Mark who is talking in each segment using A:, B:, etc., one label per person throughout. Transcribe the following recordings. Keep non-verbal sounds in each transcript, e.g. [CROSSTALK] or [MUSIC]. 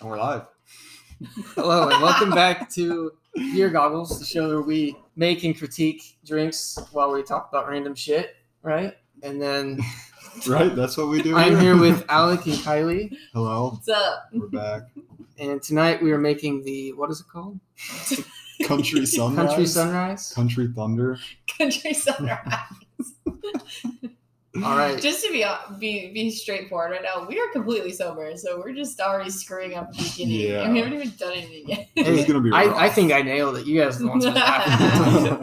A: And we're live. Hello and welcome back to Beer Goggles, the show where we make and critique drinks while we talk about random shit, right? And then
B: Right, that's what we do.
A: I'm here with Alec and Kylie,
B: Hello,
C: What's up? [LAUGHS]
B: we're back.
A: and tonight we are making the what is it called?
B: Country
C: [LAUGHS]
B: sunrise.
A: Country sunrise.
B: Country thunder.
C: Country sunrise.
A: All right.
C: just to be uh, be be straightforward right now, we are completely sober, so we're just already screwing up the beginning,
B: Yeah.
C: and we haven't even done anything yet. [LAUGHS]
B: This is gonna be. rough.
A: I, I think I nailed it. You guys are the ones
B: [LAUGHS]
A: who laughed.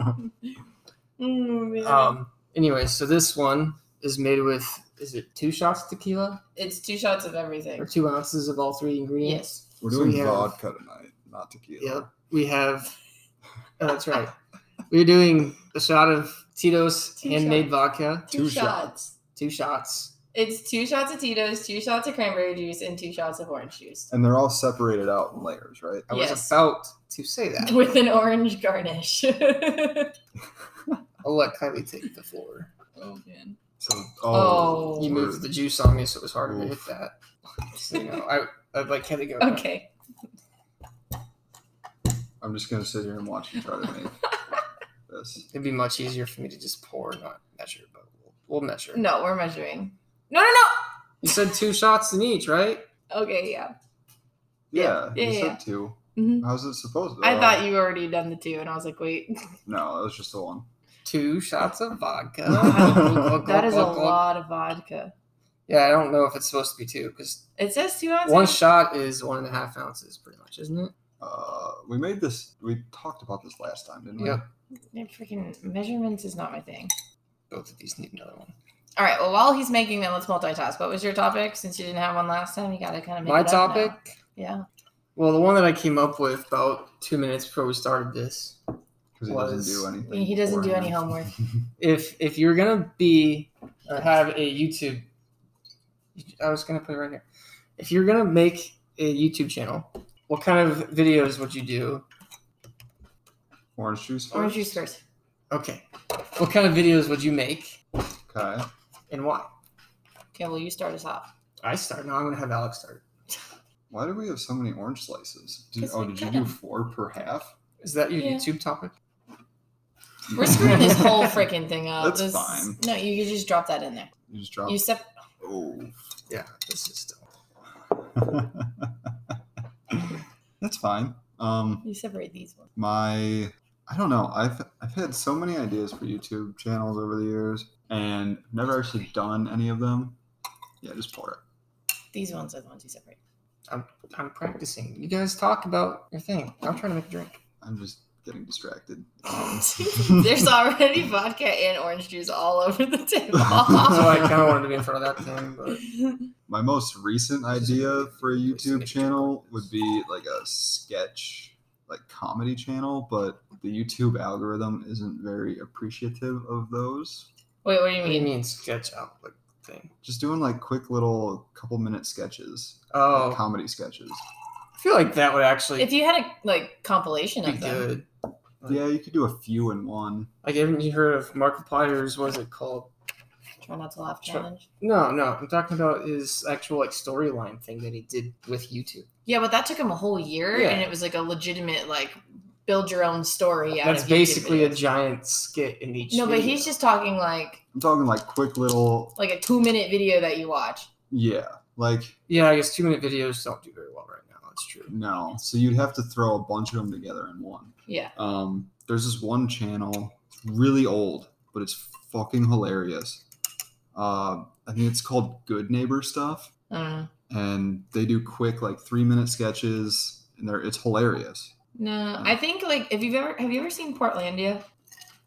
C: Mm, [LAUGHS] man.
A: um. Anyway, so this one is made with is it two shots of tequila
C: it's two shots of
A: or
C: everything.
A: two ounces of all three ingredients?
C: Yes.
B: we're
A: so
B: doing
A: we have-
B: vodka tonight, not tequila.
A: Yep. We have. Oh, that's right. We're doing a shot of Tito's
C: Two
A: handmade
C: shots.
A: vodka.
C: Two,
B: Two
C: shots.
B: shots.
A: Two shots.
C: It's two shots of Tito's, two shots of cranberry juice, and two shots of orange juice [LAUGHS]
B: And they're all separated out in layers, right?
A: I was
C: Yes.
A: about to say
C: [LAUGHS]
A: that.
C: with an orange garnish. [LAUGHS]
A: I'll let Kylie take the floor.
C: oh man.
B: So,
C: Oh.
A: You moved the juice on me, so it was harder to hit that. So, you know, I, I'd like Kylie to go.
C: Okay.
B: I'm just gonna sit here and watch you try to
C: [LAUGHS]
B: make this.
A: It'd be much easier for me to just pour, not measure, but we'll, we'll measure.
C: No, we're measuring. No, no, no.
A: You said two shots in each, right?
C: Okay, yeah.
B: Yeah,
C: Yeah,
B: you
C: yeah,
B: said
C: yeah.
B: two.
C: Mhm.
B: How's it supposed to?
A: Uh,
C: I thought you already done the two, and I was like, wait.
B: No, that was just the one.
A: Two shots of vodka. [LAUGHS] uh,
B: That
C: That is a lot of vodka.
A: Yeah, I don't know if it's supposed to be two because
C: It says two ounces.
A: one shot is one and a half ounces, pretty much, isn't it?
B: Uh, we made this. We talked about this last time, didn't we?
A: Yep.
C: Yeah, freaking measurements is not my thing.
A: Both of these need another one.
C: All right. Well, while he's making them, let's multitask. What was your topic? Since you didn't have one last time, you gotta kind of make
A: My
C: it up now.
A: topic?
C: Yeah.
A: Well, the one that I came up with about two minutes before we started this.
B: Because he
A: Was-
B: doesn't do anything.
C: He doesn't do any
B: beforehand.
C: homework.
B: [LAUGHS]
A: If if you're gonna be or have a YouTube, I was gonna put it right here. If you're gonna make a YouTube channel, what kind of videos would you do?
B: Orange juice. first?
C: Orange juice first.
A: Okay, what kind of videos would you make
B: Okay.
A: and why?
C: Okay. Well, you start us off.
A: I start. No, I'm gonna have Alex start.
B: Why do we have so many orange slices? Did,
C: 'Cause
B: oh,
C: we
B: did you
C: cut
B: do
C: 'em.
B: four per half?
A: Is that your
C: Yeah.
A: YouTube topic?
C: We're
B: [LAUGHS]
C: screwing this whole freaking thing up.
B: That's
C: This-
B: fine.
C: No, you, you just drop that in there.
B: You just dropped.
C: You sep-
B: oh.
A: Yeah, this is still.
B: Oh. [LAUGHS] That's fine. Um,
C: you separate these ones.
B: my, I don't know. I've I've had so many ideas for YouTube channels over the years, and never actually done any of them. Yeah, just pour it.
C: These ones are the ones you separate.
A: I'm practicing. You guys talk about your thing. I'm trying to make a drink.
B: I'm just getting distracted.
C: There's already vodka and orange juice all over the
A: [LAUGHS]
C: table.
A: So I kind of wanted to be in front of that thing, but
B: my most recent idea for a YouTube
A: Sketch.
B: channel would be like a sketch, like comedy channel, but the YouTube algorithm isn't very appreciative of those.
C: Wait, what do you
A: what do you
C: mean?
A: mean sketch out like thing?
B: Just doing like quick little couple minute sketches, like
A: Oh,
B: comedy sketches.
A: I feel like that would actually
C: If you had a like compilation
A: be
C: of them,
A: good.
B: Yeah, you could do a few in one.
A: Like, haven't you heard of Markiplier's? What is it called?
C: try not to laugh
A: Sure.
C: challenge.
A: No, no, I'm talking about his actual like storyline thing that he did with YouTube.
C: Yeah, but that took him a whole year,
A: Yeah.
C: and it was like a legitimate like build your own story. Out
A: That's
C: of YouTube
A: basically a
C: videos.
A: giant skit in each.
C: no, but
A: video.
C: he's just talking like
B: I'm talking like quick little,
C: like a two minute video that you watch.
B: yeah, like
A: yeah. I guess two minute videos don't do very well right now. That's true.
B: no. So you'd have to throw a bunch of them together in one.
C: Yeah,
B: Um, there's this one channel, really old, but it's fucking hilarious. Uh, I think it's called Good Neighbor Stuff,
C: I don't know.
B: and they do quick like three minute sketches, and they're it's hilarious.
C: No,
A: Hmm.
C: I think like if you've ever have you ever seen Portlandia?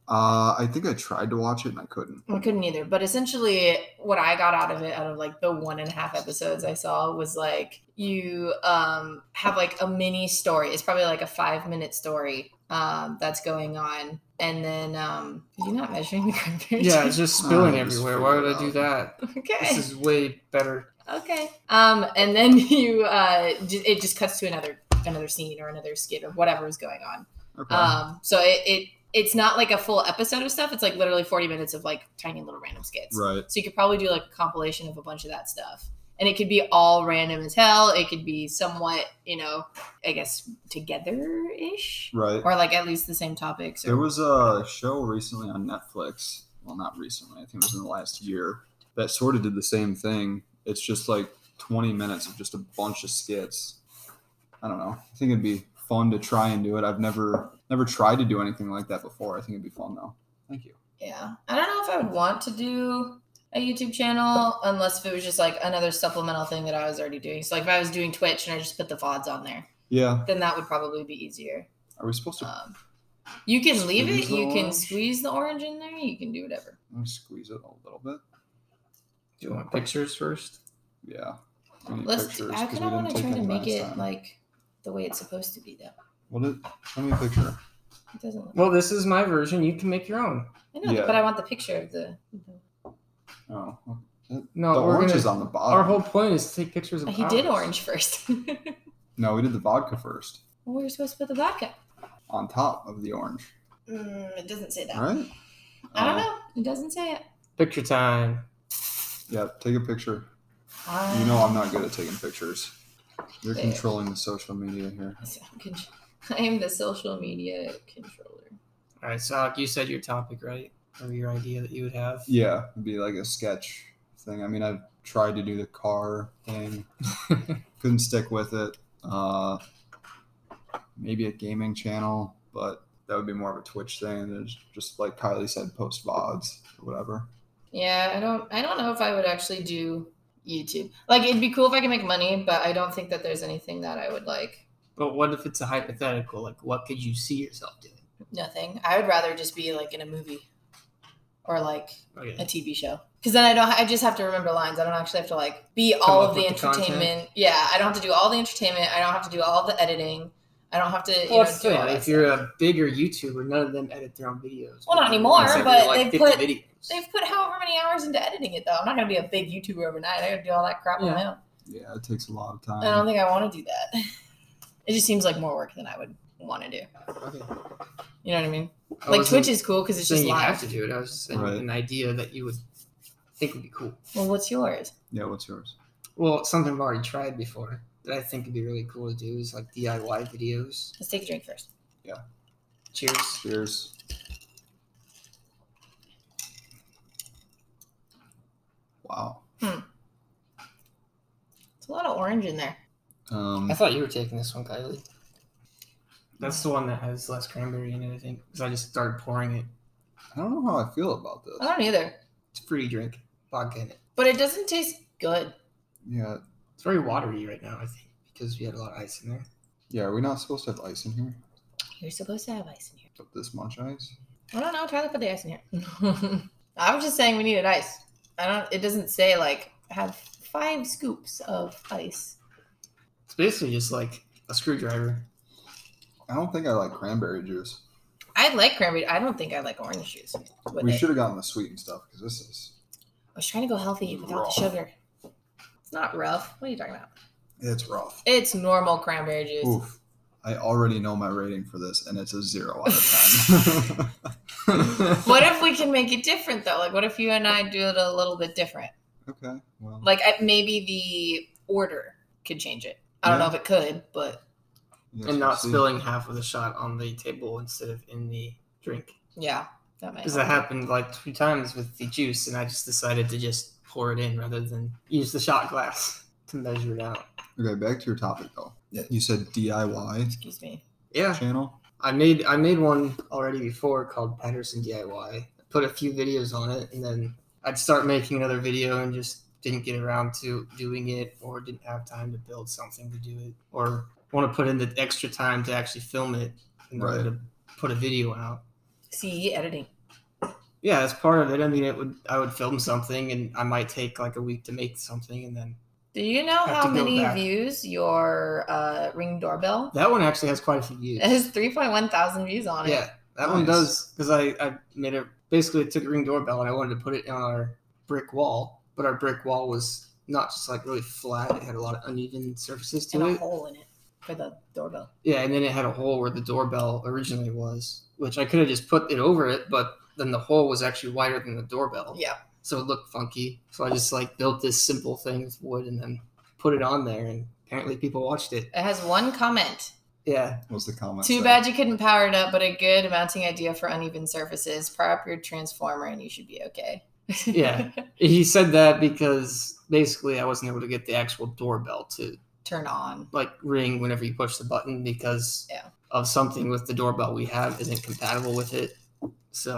B: Uh, I think I tried to watch it and I couldn't.
C: I couldn't either. But essentially, what I got out of it, out of like the one and a half episodes I saw, was like you um, have like a mini story. It's probably like a five minute story um, that's going on, and then um, you're not measuring [LAUGHS] the cranberry.
A: Yeah, it's
C: juice?
A: just spilling
B: just
A: everywhere.
B: figure
A: Why
B: it
A: would I do
B: out.
A: that?
C: okay,
A: This is way better.
C: okay. Um, and then [LAUGHS] you uh, j- it just cuts to another another scene or another skit of whatever was going on.
B: Okay.
C: Um, so it, it it's not like a full episode of stuff. It's like literally 40 minutes of like tiny little random skits.
B: right.
C: So you could probably do like a compilation of a bunch of that stuff and it could be all random as hell. It could be somewhat, you know, I guess together ish,
B: Right.
C: or like at least the same topics.
B: There
C: Or,
B: was a show recently on Netflix. Well, not recently. I think it was in the last year that sort of did the same thing. It's just like 20 minutes of just a bunch of skits. I don't know. I think it'd be fun to try and do it. I've never never tried to do anything like that before. I think it'd be fun though. Thank you.
C: yeah, I don't know if I would want to do a YouTube channel unless if it was just like another supplemental thing that I was already doing. So like if I was doing Twitch and I just put the vods on there,
B: Yeah.
C: then that would probably be easier.
B: Are we supposed to
C: Um, you can leave
B: Squeeze
C: it.
B: the
C: You can
B: orange.
C: squeeze the orange in there. You can do whatever.
B: I'm gonna squeeze it a little bit?
A: Do you want pictures first?
B: Yeah. We need
C: Let's.
B: pictures,
C: I
B: 'cause we
C: kind of want
B: didn't
C: to
B: take
C: try to
B: any
C: make
B: last
C: it
B: time.
C: like the way it's supposed to be, though.
B: What is? Show me a picture.
C: It doesn't. Look,
A: Well, this is my version. You can make your own.
C: I know,
B: yeah.
C: but I want the picture of the.
B: Oh,
A: No,
B: the
A: we're
B: orange
A: gonna-
B: is on the bottom.
A: Our whole point is to take pictures of.
C: He did
A: ours.
C: orange first. [LAUGHS] well,
B: No, we did the vodka first
C: we were supposed to put the vodka.
B: on top of the orange.
C: Mm, it doesn't say that.
B: All right.
C: I don't
B: Uh,
C: know. It doesn't say it.
A: Picture time.
B: Yeah, take a picture. You know I'm not good at taking pictures. You're
C: Yeah.
B: controlling the social media here.
C: [LAUGHS] I'm con- I am the social media controller.
A: All right, Salak, you said your topic, right? Or your idea that you would have.
B: Yeah, it'd be like a sketch thing. I mean, I've tried to do the car thing, [LAUGHS] couldn't stick with it. Uh, maybe a gaming channel, but that would be more of a Twitch thing. There's just like Kylie said, post vods or whatever.
C: Yeah, I don't I don't know if I would actually do YouTube. Like it'd be cool if I could make money, but I don't think that there's anything that I would like.
A: But what if it's a hypothetical? Like, what could you see yourself doing?
C: Nothing. I would rather just be like in a movie or like a
A: Okay.
C: TV show. Cuz then I don't I just have to remember lines. I don't actually have to like be all
A: up
C: of the
A: with the content.
C: entertainment. yeah, I don't have to do all the entertainment. I don't have to do all the editing. I don't have to you
A: Well,
C: know,
A: that's the
C: do all
A: thing.
C: that
A: If you're
C: stuff.
A: a bigger YouTuber, none of them edit their own videos.
C: Well, not anymore,
A: Except for,
C: but
A: like, 50
C: they put-
A: videos.
C: They've put however many hours into editing it though. I'm not going to be a big YouTuber overnight. I got to do all that crap on my own.
B: Yeah, it takes a lot of
C: I
A: Um,
C: don't
B: time.
C: think I want to do that. [LAUGHS] It just seems like more work than I would want to do.
A: Okay.
C: You know what I mean?
A: I
C: like
A: wasn't
C: Twitch is cool because it's just
A: saying you have
C: live.
A: to do it. I was just saying
B: Right.
A: an idea that you would think would be cool.
C: Well, what's yours?
B: Yeah, what's yours?
A: Well, something I've already tried before that I think would be really cool to do is like DIY videos.
C: Let's take a drink first.
A: Cheers.
B: Cheers. Wow.
C: It's a lot of orange in there.
B: Um,
A: I thought you were taking this one, Kylie. That's the one that has less cranberry in it, I think, because I just started pouring it.
B: I don't know how I feel about
C: I
B: this.
C: don't either.
A: It's a fruity drink, vodka in it.
C: But it doesn't taste good.
B: Yeah,
A: It's very watery right now, I think, because we had a lot of ice in there.
B: yeah. Are we not supposed to have ice in here?
C: You're supposed to have ice in here.
B: Put This much ice?
C: I don't know. Try to put the ice in here. [LAUGHS] I was just saying we needed ice. I don't. It doesn't say like have five scoops of ice.
A: It's basically just like a screwdriver.
B: I don't think I like cranberry juice.
C: I like cranberry. I don't think I like orange juice. With
B: we
C: it.
B: should have gotten the sweet and stuff because this is
C: I was trying to go healthy without
B: Raw.
C: the sugar. It's not rough. What are you talking about?
B: it's rough.
C: It's normal cranberry juice.
B: Oof. I already know my rating for this, and it's a zero out of ten. [LAUGHS]
C: What if we can make it different though? Like, what if you and I do it a little bit different?
B: okay. Well,
C: Like, I, maybe the order could change it. I don't know if it could, but
B: I guess
A: and
B: we'll
A: not
B: see.
A: spilling half of the shot on the table instead of in the drink.
C: yeah, that might.
A: Because that happened like two times with the juice, and I just decided to just pour it in rather than use the shot glass [LAUGHS] to measure it out.
B: Okay, back to your topic though. You said DIY
C: Excuse me.
A: Yeah,
B: channel.
A: I made I made one already before called Patterson DIY. Put a few videos on it, and then I'd start making another video and just didn't get around to doing it, or didn't have time to build something to do it, or want to put in the extra time to actually film it in order
B: Right.
A: to put a video out.
C: See editing.
A: yeah that's part of it i mean it would i would film something and i might take like a week to make something and then
C: Do you know
A: Have
C: how
A: to go
C: many
A: back.
C: views your uh,
A: [LAUGHS]
C: ring doorbell?
A: that one actually has quite a few views
C: It has three point one thousand views on it.
A: yeah that one
B: Nice.
A: does because i i made it basically took a ring doorbell and i wanted to put it on our brick wall but our brick wall was not just like really flat it had a lot of uneven surfaces
C: and
A: to
C: a
A: it
C: hole in it for the doorbell.
A: yeah and then it had a hole where the doorbell originally was which i could have just put it over it but then the hole was actually wider than the doorbell
C: Yeah.
A: so it looked funky. So I just like built this simple thing with wood and then put it on there, and apparently people watched it.
C: It has one comment.
A: Yeah,
B: What was the comment?
C: Too
B: say?
C: bad you couldn't power it up, but a good mounting idea for uneven surfaces. Power up your transformer and you should be okay. [LAUGHS]
A: Yeah. he said that because basically I wasn't able to get the actual doorbell to
C: Turn on.
A: like ring whenever you push the button because
C: Yeah.
A: of something with the doorbell we have isn't compatible with it. So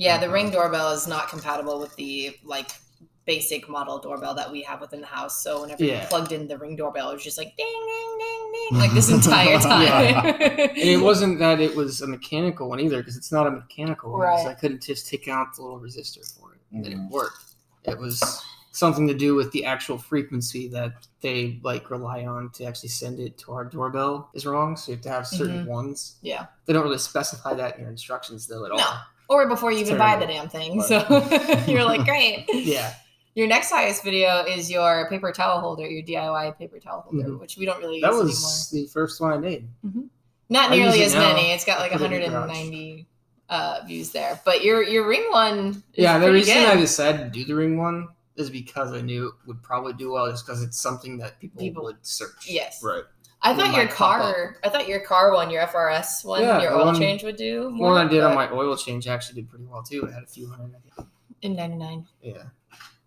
C: Yeah,
A: Uh-huh.
C: the ring doorbell is not compatible with the like basic model doorbell that we have within the house. So whenever you
A: Yeah.
C: plugged in the ring doorbell, it was just like ding ding ding ding like
A: [LAUGHS]
C: this entire time.
A: and
C: [CLEARS THROAT]
A: it wasn't that it was a mechanical one either because it's not a mechanical one. 'cause
C: Right.
A: I couldn't just take out the little resistor for it and
B: Mhm.
A: it worked. It was something to do with the actual frequency that they like rely on to actually send it to our doorbell is wrong. So you have to have certain ones.
C: Mm-hmm. Yeah.
A: They don't really specify that in your instructions though at all.
C: No. or before you even buy the
A: Terrible.
C: damn thing.
B: Right.
C: So
A: [LAUGHS]
C: [LAUGHS] you're like, great. [LAUGHS]
A: Yeah.
C: Your next highest video is your paper towel holder, your DIY paper towel holder,
A: Mhm.
C: which we don't really
A: That
C: use
A: was the first one I made.
C: anymore. Not
A: I use
C: nearly
A: it
C: as
A: now.
C: many. It's got like
A: I put it in the garage.
C: 190 uh, views there. But your your ring one, is
A: Yeah, the
C: pretty
A: reason
C: good.
A: I decided to do the ring one is because I knew it would probably do well, just because it's something that people,
C: People-
A: would search.
C: yes,
B: Right.
C: I
A: It
C: thought your
A: might pop
C: car, I thought your car one, your FRS one,
A: Yeah,
C: your
A: the
C: oil
A: one-
C: change would do.
A: The one I did on
C: but-
A: my oil change actually did pretty well too. It had a few hundred, I think.
C: in 99,
A: yeah,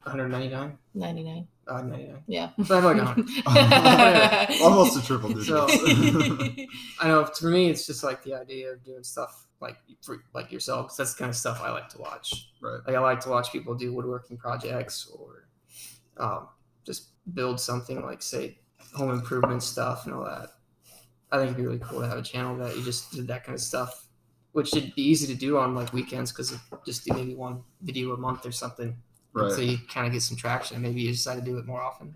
A: 199, [LAUGHS]
C: 99,
A: uh, 99.
C: yeah.
A: So I have like 100.
B: [LAUGHS]
A: Oh,
C: [LAUGHS]
B: Almost a triple digit.
A: So- I know for me, it's just like the idea of doing stuff like for, like yourself. 'cause that's the kind of stuff I like to watch.
B: right.
A: Like I like to watch people do woodworking projects or um, just build something like say home improvement stuff and all that. I think it'd be really cool to have a channel that you just did that kind of stuff, which would be easy to do on like weekends because just do maybe one video a month or something.
B: [LAUGHS] Right.
A: So you kind of get some traction. Maybe you decide to do it more often.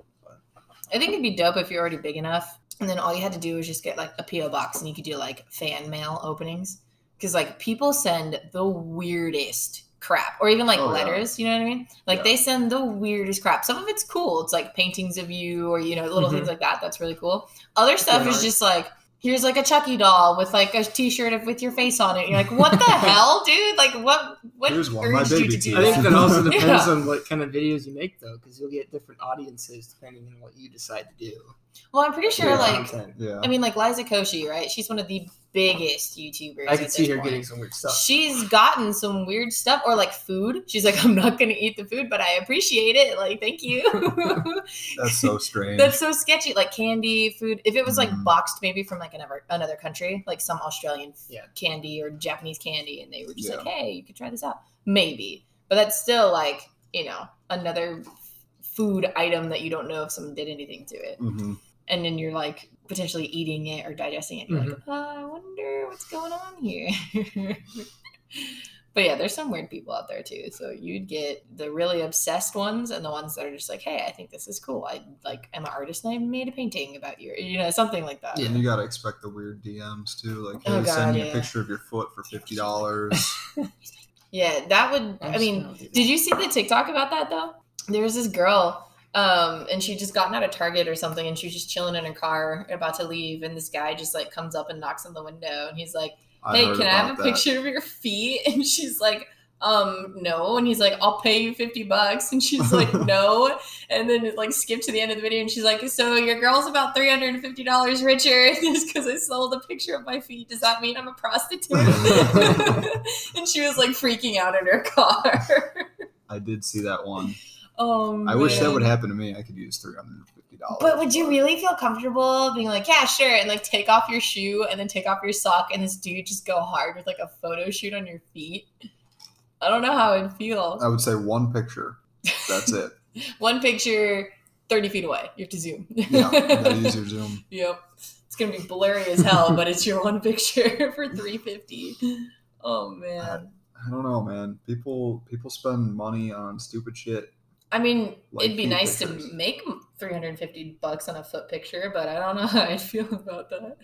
C: I think it'd be dope if you're already big enough, and then all you had to do was just get like a PO box, and you could do like fan mail openings because like people send the weirdest crap, or even like
B: Oh, yeah.
C: letters. You know what I mean? Like
B: Yeah.
C: they send the weirdest crap. Some of it's cool. It's like paintings of you, or you know, little
A: Mhm.
B: Mm-hmm.
C: things like that. That's really cool. Other stuff
A: good
C: is
A: art.
C: just like. Here's like a Chucky doll with like a T-shirt of- with your face on it. And you're
B: [LAUGHS]
C: like, what the hell, dude? Like, what? What
B: Here's one, my
C: urged you
B: baby
C: to do?
B: teeth.
A: I think
C: that?
A: that also depends
C: Yeah.
A: on what kind of videos you make though, because you'll get different audiences depending on what you decide to do.
C: Well, I'm pretty sure
B: Yeah.
C: like
A: Content.
B: Yeah.
C: I mean, like Liza Koshy, right? She's one of the biggest YouTubers.
A: I
C: at
A: could
C: this
A: see her
C: point.
A: getting some weird stuff.
C: She's gotten some weird stuff, or like food. She's like, [LAUGHS] I'm not gonna eat the food, but I appreciate it. Like, thank you. [LAUGHS]
B: That's so strange.
C: That's so sketchy. Like candy, food. If it was like
A: Mm-hmm.
B: Mhm.
C: boxed, maybe from like another another country, like some Australian f-
A: Yeah.
C: candy or Japanese candy, and they were just
B: Yeah.
C: like, hey, you could try this out, maybe. But that's still like you know another food item that you don't know if someone did anything to it
B: hmm
C: and then you're like potentially eating it or digesting it. You're like, oh, I wonder what's going on here. [LAUGHS] but yeah, there's some weird people out there too. So you'd get the really obsessed ones and the ones that are just like, hey, I think this is cool. I like am an artist and I made a painting about you, you know, something like that.
A: Yeah.
B: And you gotta expect the weird DMs too. Like,
C: Oh,
B: hey,
C: God,
B: send me a
C: yeah.
B: picture of your foot for fifty
C: [LAUGHS]
B: dollars.
C: Yeah, that would. I mean, did you see the TikTok about that though? There was this girl, um, and she just gotten out of Target or something, and she was just chilling in her car, about to leave, and this guy just like comes up and knocks on the window, and he's like. hey, can I have a picture of your feet? [LAUGHS] And she's like, um, no. And he's like, I'll pay you 50 bucks. And
B: [LAUGHS]
C: she's like, no. And then it like skipped to the end of the video and she's like, so your girl's about $350 richer [LAUGHS] just because I sold a picture of my feet. Does that mean I'm
B: [LAUGHS]
C: a prostitute? [LAUGHS] and she was like freaking out in her car. [LAUGHS]
B: I did see that one.
C: oh,
B: I wish that
C: man.
B: would happen to me. I could use three hundred and fifty dollars.
C: But would you really feel comfortable being like, yeah, sure, and like take off your shoe and then take off your sock and this dude just go hard with like a photo shoot on your feet? I don't know how I'd feel.
B: I would say one picture. That's
C: [LAUGHS]
B: it.
C: One picture, 30 feet away. You have to zoom.
B: Yeah, you
C: [LAUGHS]
B: gotta use your Zoom.
C: yep. It's going to be blurry as hell, but it's your one [LAUGHS] picture for 350. Oh,
B: Uh,
C: man.
B: I don't know, man. People people spend money on stupid shit.
C: I mean,
B: Like
C: it'd be
B: feet
C: nice
B: pictures.
C: to make 350 bucks on a foot picture, but I don't know how I'd feel about that.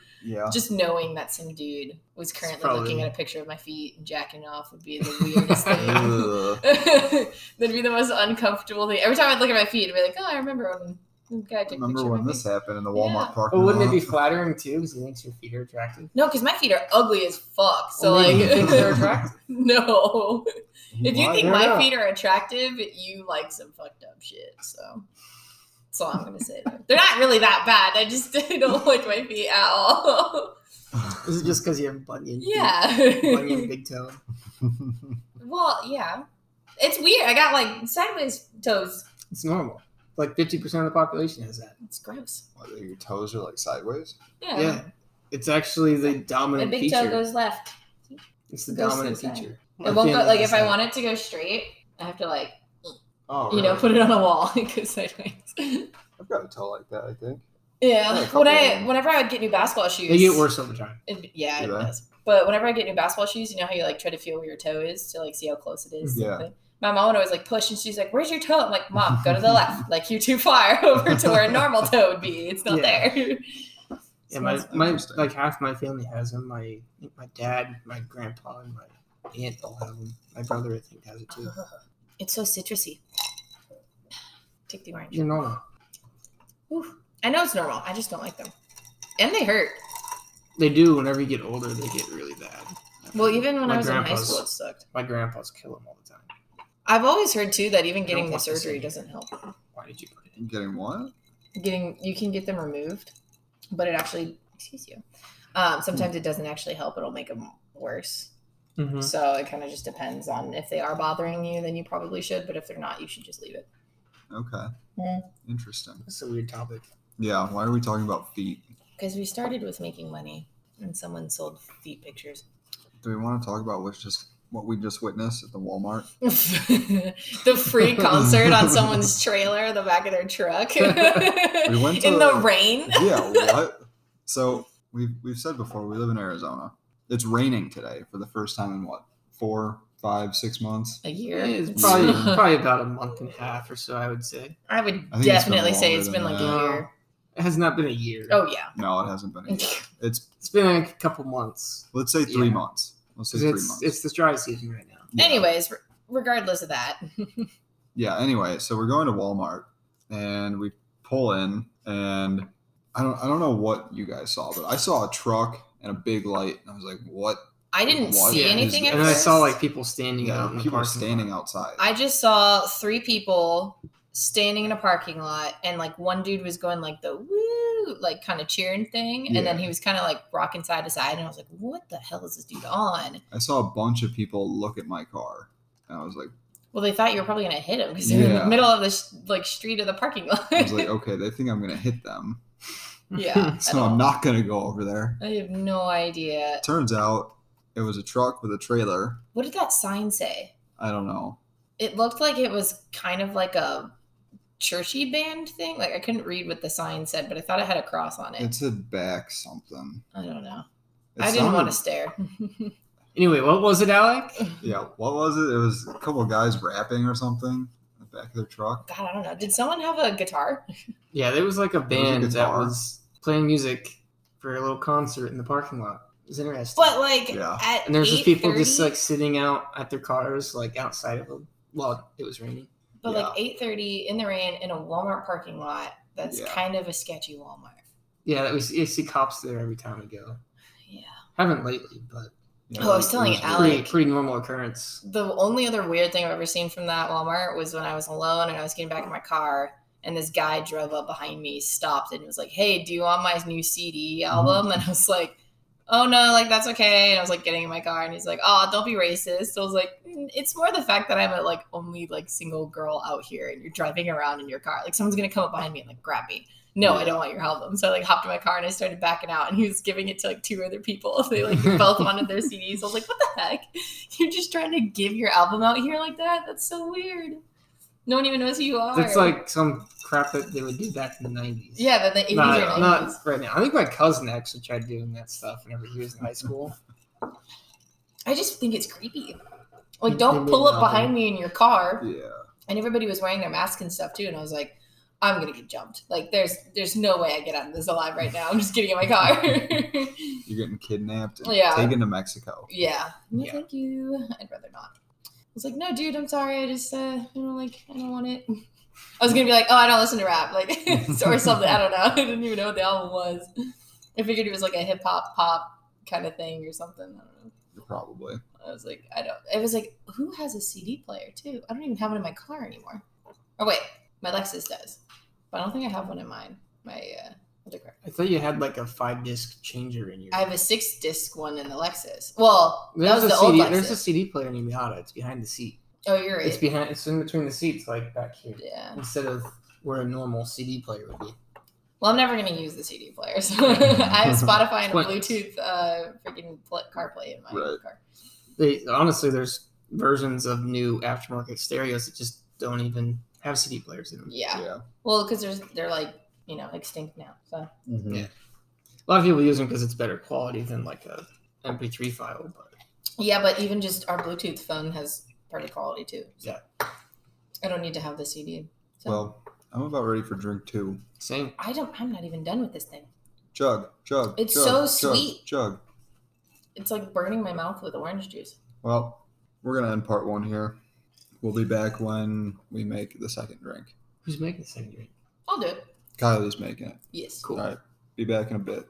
A: [LAUGHS]
B: Yeah.
C: just knowing that some dude was currently
A: probably-
C: looking at a picture of my feet and jacking off would be the weirdest thing.
B: [LAUGHS] Ugh.
C: [LAUGHS] That'd be the most uncomfortable thing. Every time I'd look at my feet, I'd be like, "Oh, I remember when Okay, I took a
B: Remember
C: picture
B: when
C: of my
B: this
C: feet.
B: happened in the Walmart
C: Yeah.
B: parking
A: But wouldn't it
B: lot?
A: be flattering too? Because he thinks your feet are attractive.
C: No, because my feet are ugly as fuck. So
A: Only he thinks Oh,
C: [LAUGHS]
A: they're
C: like,
A: attractive.
C: no. If you
B: Why?
C: think
A: Why
C: my
A: not?
C: feet are attractive, you like some fucked up shit. So that's all I'm gonna say. There. They're not really that bad. I just [LAUGHS] don't like my feet at all. [LAUGHS]
B: [LAUGHS]
A: This is just because you have bunion. feet. Bunion
C: yeah.
A: big toe.
C: [LAUGHS] well, yeah. It's weird. I got like sideways toes.
A: It's normal. Like fifty percent of the population has that.
C: It's gross.
B: What, your toes are like sideways.
C: Yeah.
A: Yeah. It's actually the
C: My
A: dominant
C: big
A: feature.
C: toe goes left.
A: it's the
C: goes to
A: dominant
C: the side.
A: feature.
C: It won't go like if I want it to go straight, I have to like
A: Oh,
C: you know put it on a wall [LAUGHS] and go sideways.
B: I've got a toe like that. I think. Yeah, a
C: Yeah.
B: couple
C: When
B: of
C: I
B: them.
C: whenever I would get new basketball shoes,
A: Oh, They get worse over time.
C: it- yeah, it
B: Do they?
C: does. But whenever I get new basketball shoes, you know how you like try to feel where your toe is to like see how close it is.
B: Yeah.
C: something? My mom would always like push, and she's like, "Where's your toe?" I'm like, "Mom, go to the left. Like you're too far [LAUGHS] over to where a normal toe would be. It's not
A: [LAUGHS] Yeah.
C: there."
A: Yeah, my,
C: So-
A: my
B: Interesting.
A: like half my family has them. My my dad, my grandpa, and my aunt all have them. My brother I think has it too.
C: it's so citrusy. Take the orange.
A: You're normal.
C: Oof. I know it's normal. I just don't like them, and they hurt.
A: They do. Whenever you get older, they get really bad.
C: Well, even when
A: My
C: I was in high
A: grandpa's-
C: school, it sucked.
A: my grandpa's kill them all the time.
C: I've always heard too that even
A: don't
C: getting the
A: want this
C: surgery
A: in here.
C: doesn't help.
A: Why did you put it in?
B: I'm getting what?
C: getting you can get them removed, but it actually excuse you. Um, sometimes it doesn't actually help; it'll make them worse.
A: Mm-hmm.
B: Mm-hmm.
C: So it kind of just depends on if they are bothering you, then you probably should. But if they're not, you should just leave it.
B: Okay.
C: Yeah.
B: Interesting.
A: That's a weird topic.
B: Yeah. Why are we talking about feet?
C: Because we started with making money, and someone sold feet pictures.
B: Do we want to talk about what's just what we just witnessed at the Walmart?
C: [LAUGHS] the free concert
B: [LAUGHS]
C: on someone's trailer, the back of their truck,
B: We went to
C: [LAUGHS] in the rain.
B: yeah, what? So we've we've said before we live in Arizona. It's raining today for the first time in what four, five, six months.
C: A year.
A: It's probably
B: Yeah.
A: probably about a month and a half or so. I would say
C: [LAUGHS] I
B: I
C: would
B: think it's been
C: definitely say
B: longer
C: it's
B: than
C: been like
A: that.
C: a year.
A: it has not been a year.
C: Oh yeah,
B: No, it hasn't been
C: [LAUGHS]
B: a year. It's
A: It's been like a couple months.
B: let's say three
A: Yeah.
B: months. Let's say
A: 'Cause
B: three
A: It's
B: months.
A: it's the dry season right now.
B: Yeah.
C: Anyways, re- regardless of that,
B: yeah anyway so we're going to walmart and we pull in and i don't i don't know what you guys saw but i saw a truck and a big light and i was like what
C: I didn't
B: What
C: see
A: is
C: anything
B: this?
C: at
A: And I
C: first.
A: saw like people standing
B: yeah
A: out. in the
B: people are
A: parking lot.
B: standing outside
C: I just saw three people standing in a parking lot, and like one dude was going like the woo, like kind of cheering thing, and then
B: Yeah.
C: he was kind of like rocking side to side, and I was like, what the hell is this dude on?
B: I saw a bunch of people look at my car and i was like
C: Well, they thought you were probably gonna hit him because they were in
B: Yeah.
C: the middle of this like street of the parking lot.
B: i was like okay they think i'm gonna hit them
C: [LAUGHS] yeah,
B: so i'm not gonna go over there
C: I have no idea.
B: turns out it was a truck with a trailer
C: What did that sign say?
B: i don't know
C: it looked like it was kind of like a churchy band thing. Like I couldn't read what the sign said, but I thought it had a cross on it.
B: it said back something
C: I don't know.
B: It
C: I didn't want to
B: sounded-
C: stare.
A: [LAUGHS] Anyway, what was it, Alec?
B: yeah what was it it was a couple of guys rapping or something in the back of their truck
C: God, I don't know. Did someone have a guitar?
A: [LAUGHS] Yeah, there was like a
B: was a
A: band that
B: guitar.
A: was playing music for a little concert in the parking lot. It was interesting.
C: But like
B: Yeah.
C: at
A: and there's just people just
C: 8:30
A: like sitting out at their cars, like outside of them. Well, it was raining.
C: but like eight thirty in the rain in a Walmart parking lot. That's
B: Yeah.
C: kind of a sketchy Walmart.
A: Yeah, that was. You see cops there every time we go.
C: Yeah.
A: Haven't lately, but
B: Yeah,
C: Oh, I
B: it
C: was telling
B: it
C: Alec-
A: pretty,
C: Like-
A: pretty normal occurrence.
C: the only other weird thing I've ever seen from that Walmart was when I was alone and I was getting back in my car and this guy drove up behind me, stopped and was like, Hey, do you want my new CD album? And I was like, Oh no, like that's okay. And I was like getting in my car and he's like, Oh, don't be racist. So I was like, "Mm, It's more the fact that I'm a like only like single girl out here and you're driving around in your car. Like someone's gonna come up behind me and like grab me. No, I don't want your album. So I like hopped in my car and I started backing out and he was giving it to like two other people. [LAUGHS] They like both wanted their CDs. I was like, What the heck? [LAUGHS] You're just trying to give your album out here like that? That's so weird. No one even knows who you are.
A: It's like some crap that they would do back in the '90s.
C: yeah, but the 80s
A: Not,
C: or 90s.
A: not right now. I think my cousin actually tried doing that stuff whenever he was in high school.
C: I just think it's creepy.
A: You-
C: Like,
A: you
C: don't
A: mean
C: pull up
A: nothing.
C: behind me in your car.
B: Yeah.
C: And everybody was wearing their mask and stuff too. And I was like, I'm gonna get jumped. Like, there's there's no way I get out of this alive right now. I'm just getting in my car.
A: [LAUGHS]
B: You're getting kidnapped and
C: Yeah.
B: taken to Mexico.
C: yeah. No,
A: Yeah.
C: thank you. I'd rather not. I was like, no, dude, I'm sorry. I just uh, I don't like, I don't want it. I was gonna be like, oh, I don't listen to rap, like [LAUGHS] or something. I don't know. [LAUGHS] I didn't even know what the album was. I figured it was like a hip hop pop kind of thing or something. I don't know.
B: Probably.
C: I was like, I don't. It was like, who has a CD player too? I don't even have one in my car anymore. Oh wait, my Lexus does, but I don't think I have one in mine. My uh, other car.
A: I thought you had like a five disc changer in your.
C: I have a six disc one in the Lexus. Well, that
A: there's
C: was
A: a
C: the
A: CD.
C: old Lexus.
A: There's a CD player in the Miata. It's behind the seat.
C: oh, you're right.
A: It's behind. It's in between the seats, like back here,
C: yeah.
A: instead of where a normal CD player would be.
C: Well, I'm never gonna use the CD player, so [LAUGHS] I have Spotify and a
A: What?
C: Bluetooth uh, freaking pl- CarPlay in my
B: Right.
C: car.
A: They honestly, there's versions of new aftermarket stereos that just don't even have CD players in them.
C: Yeah.
B: Yeah.
C: Well, because there's they're like you know extinct now. So
A: Yeah. A lot of people use them because it's better quality than like a MP3 file. But
C: yeah, but even just our Bluetooth phone has better quality too. So. I don't need to have the CD. So
B: Well, I'm about ready for drink two.
A: same.
C: I don't. I'm not even done with this thing.
B: Jug, jug.
C: It's
B: jug,
C: so
B: jug,
C: sweet.
B: Jug.
C: It's like burning my mouth with orange juice.
B: Well, we're gonna end part one here. We'll be back when we make the second drink.
A: Who's making the second drink?
C: I'll do it.
B: Kylie's making it.
C: Yes.
A: Cool.
B: All right. Be back in a bit.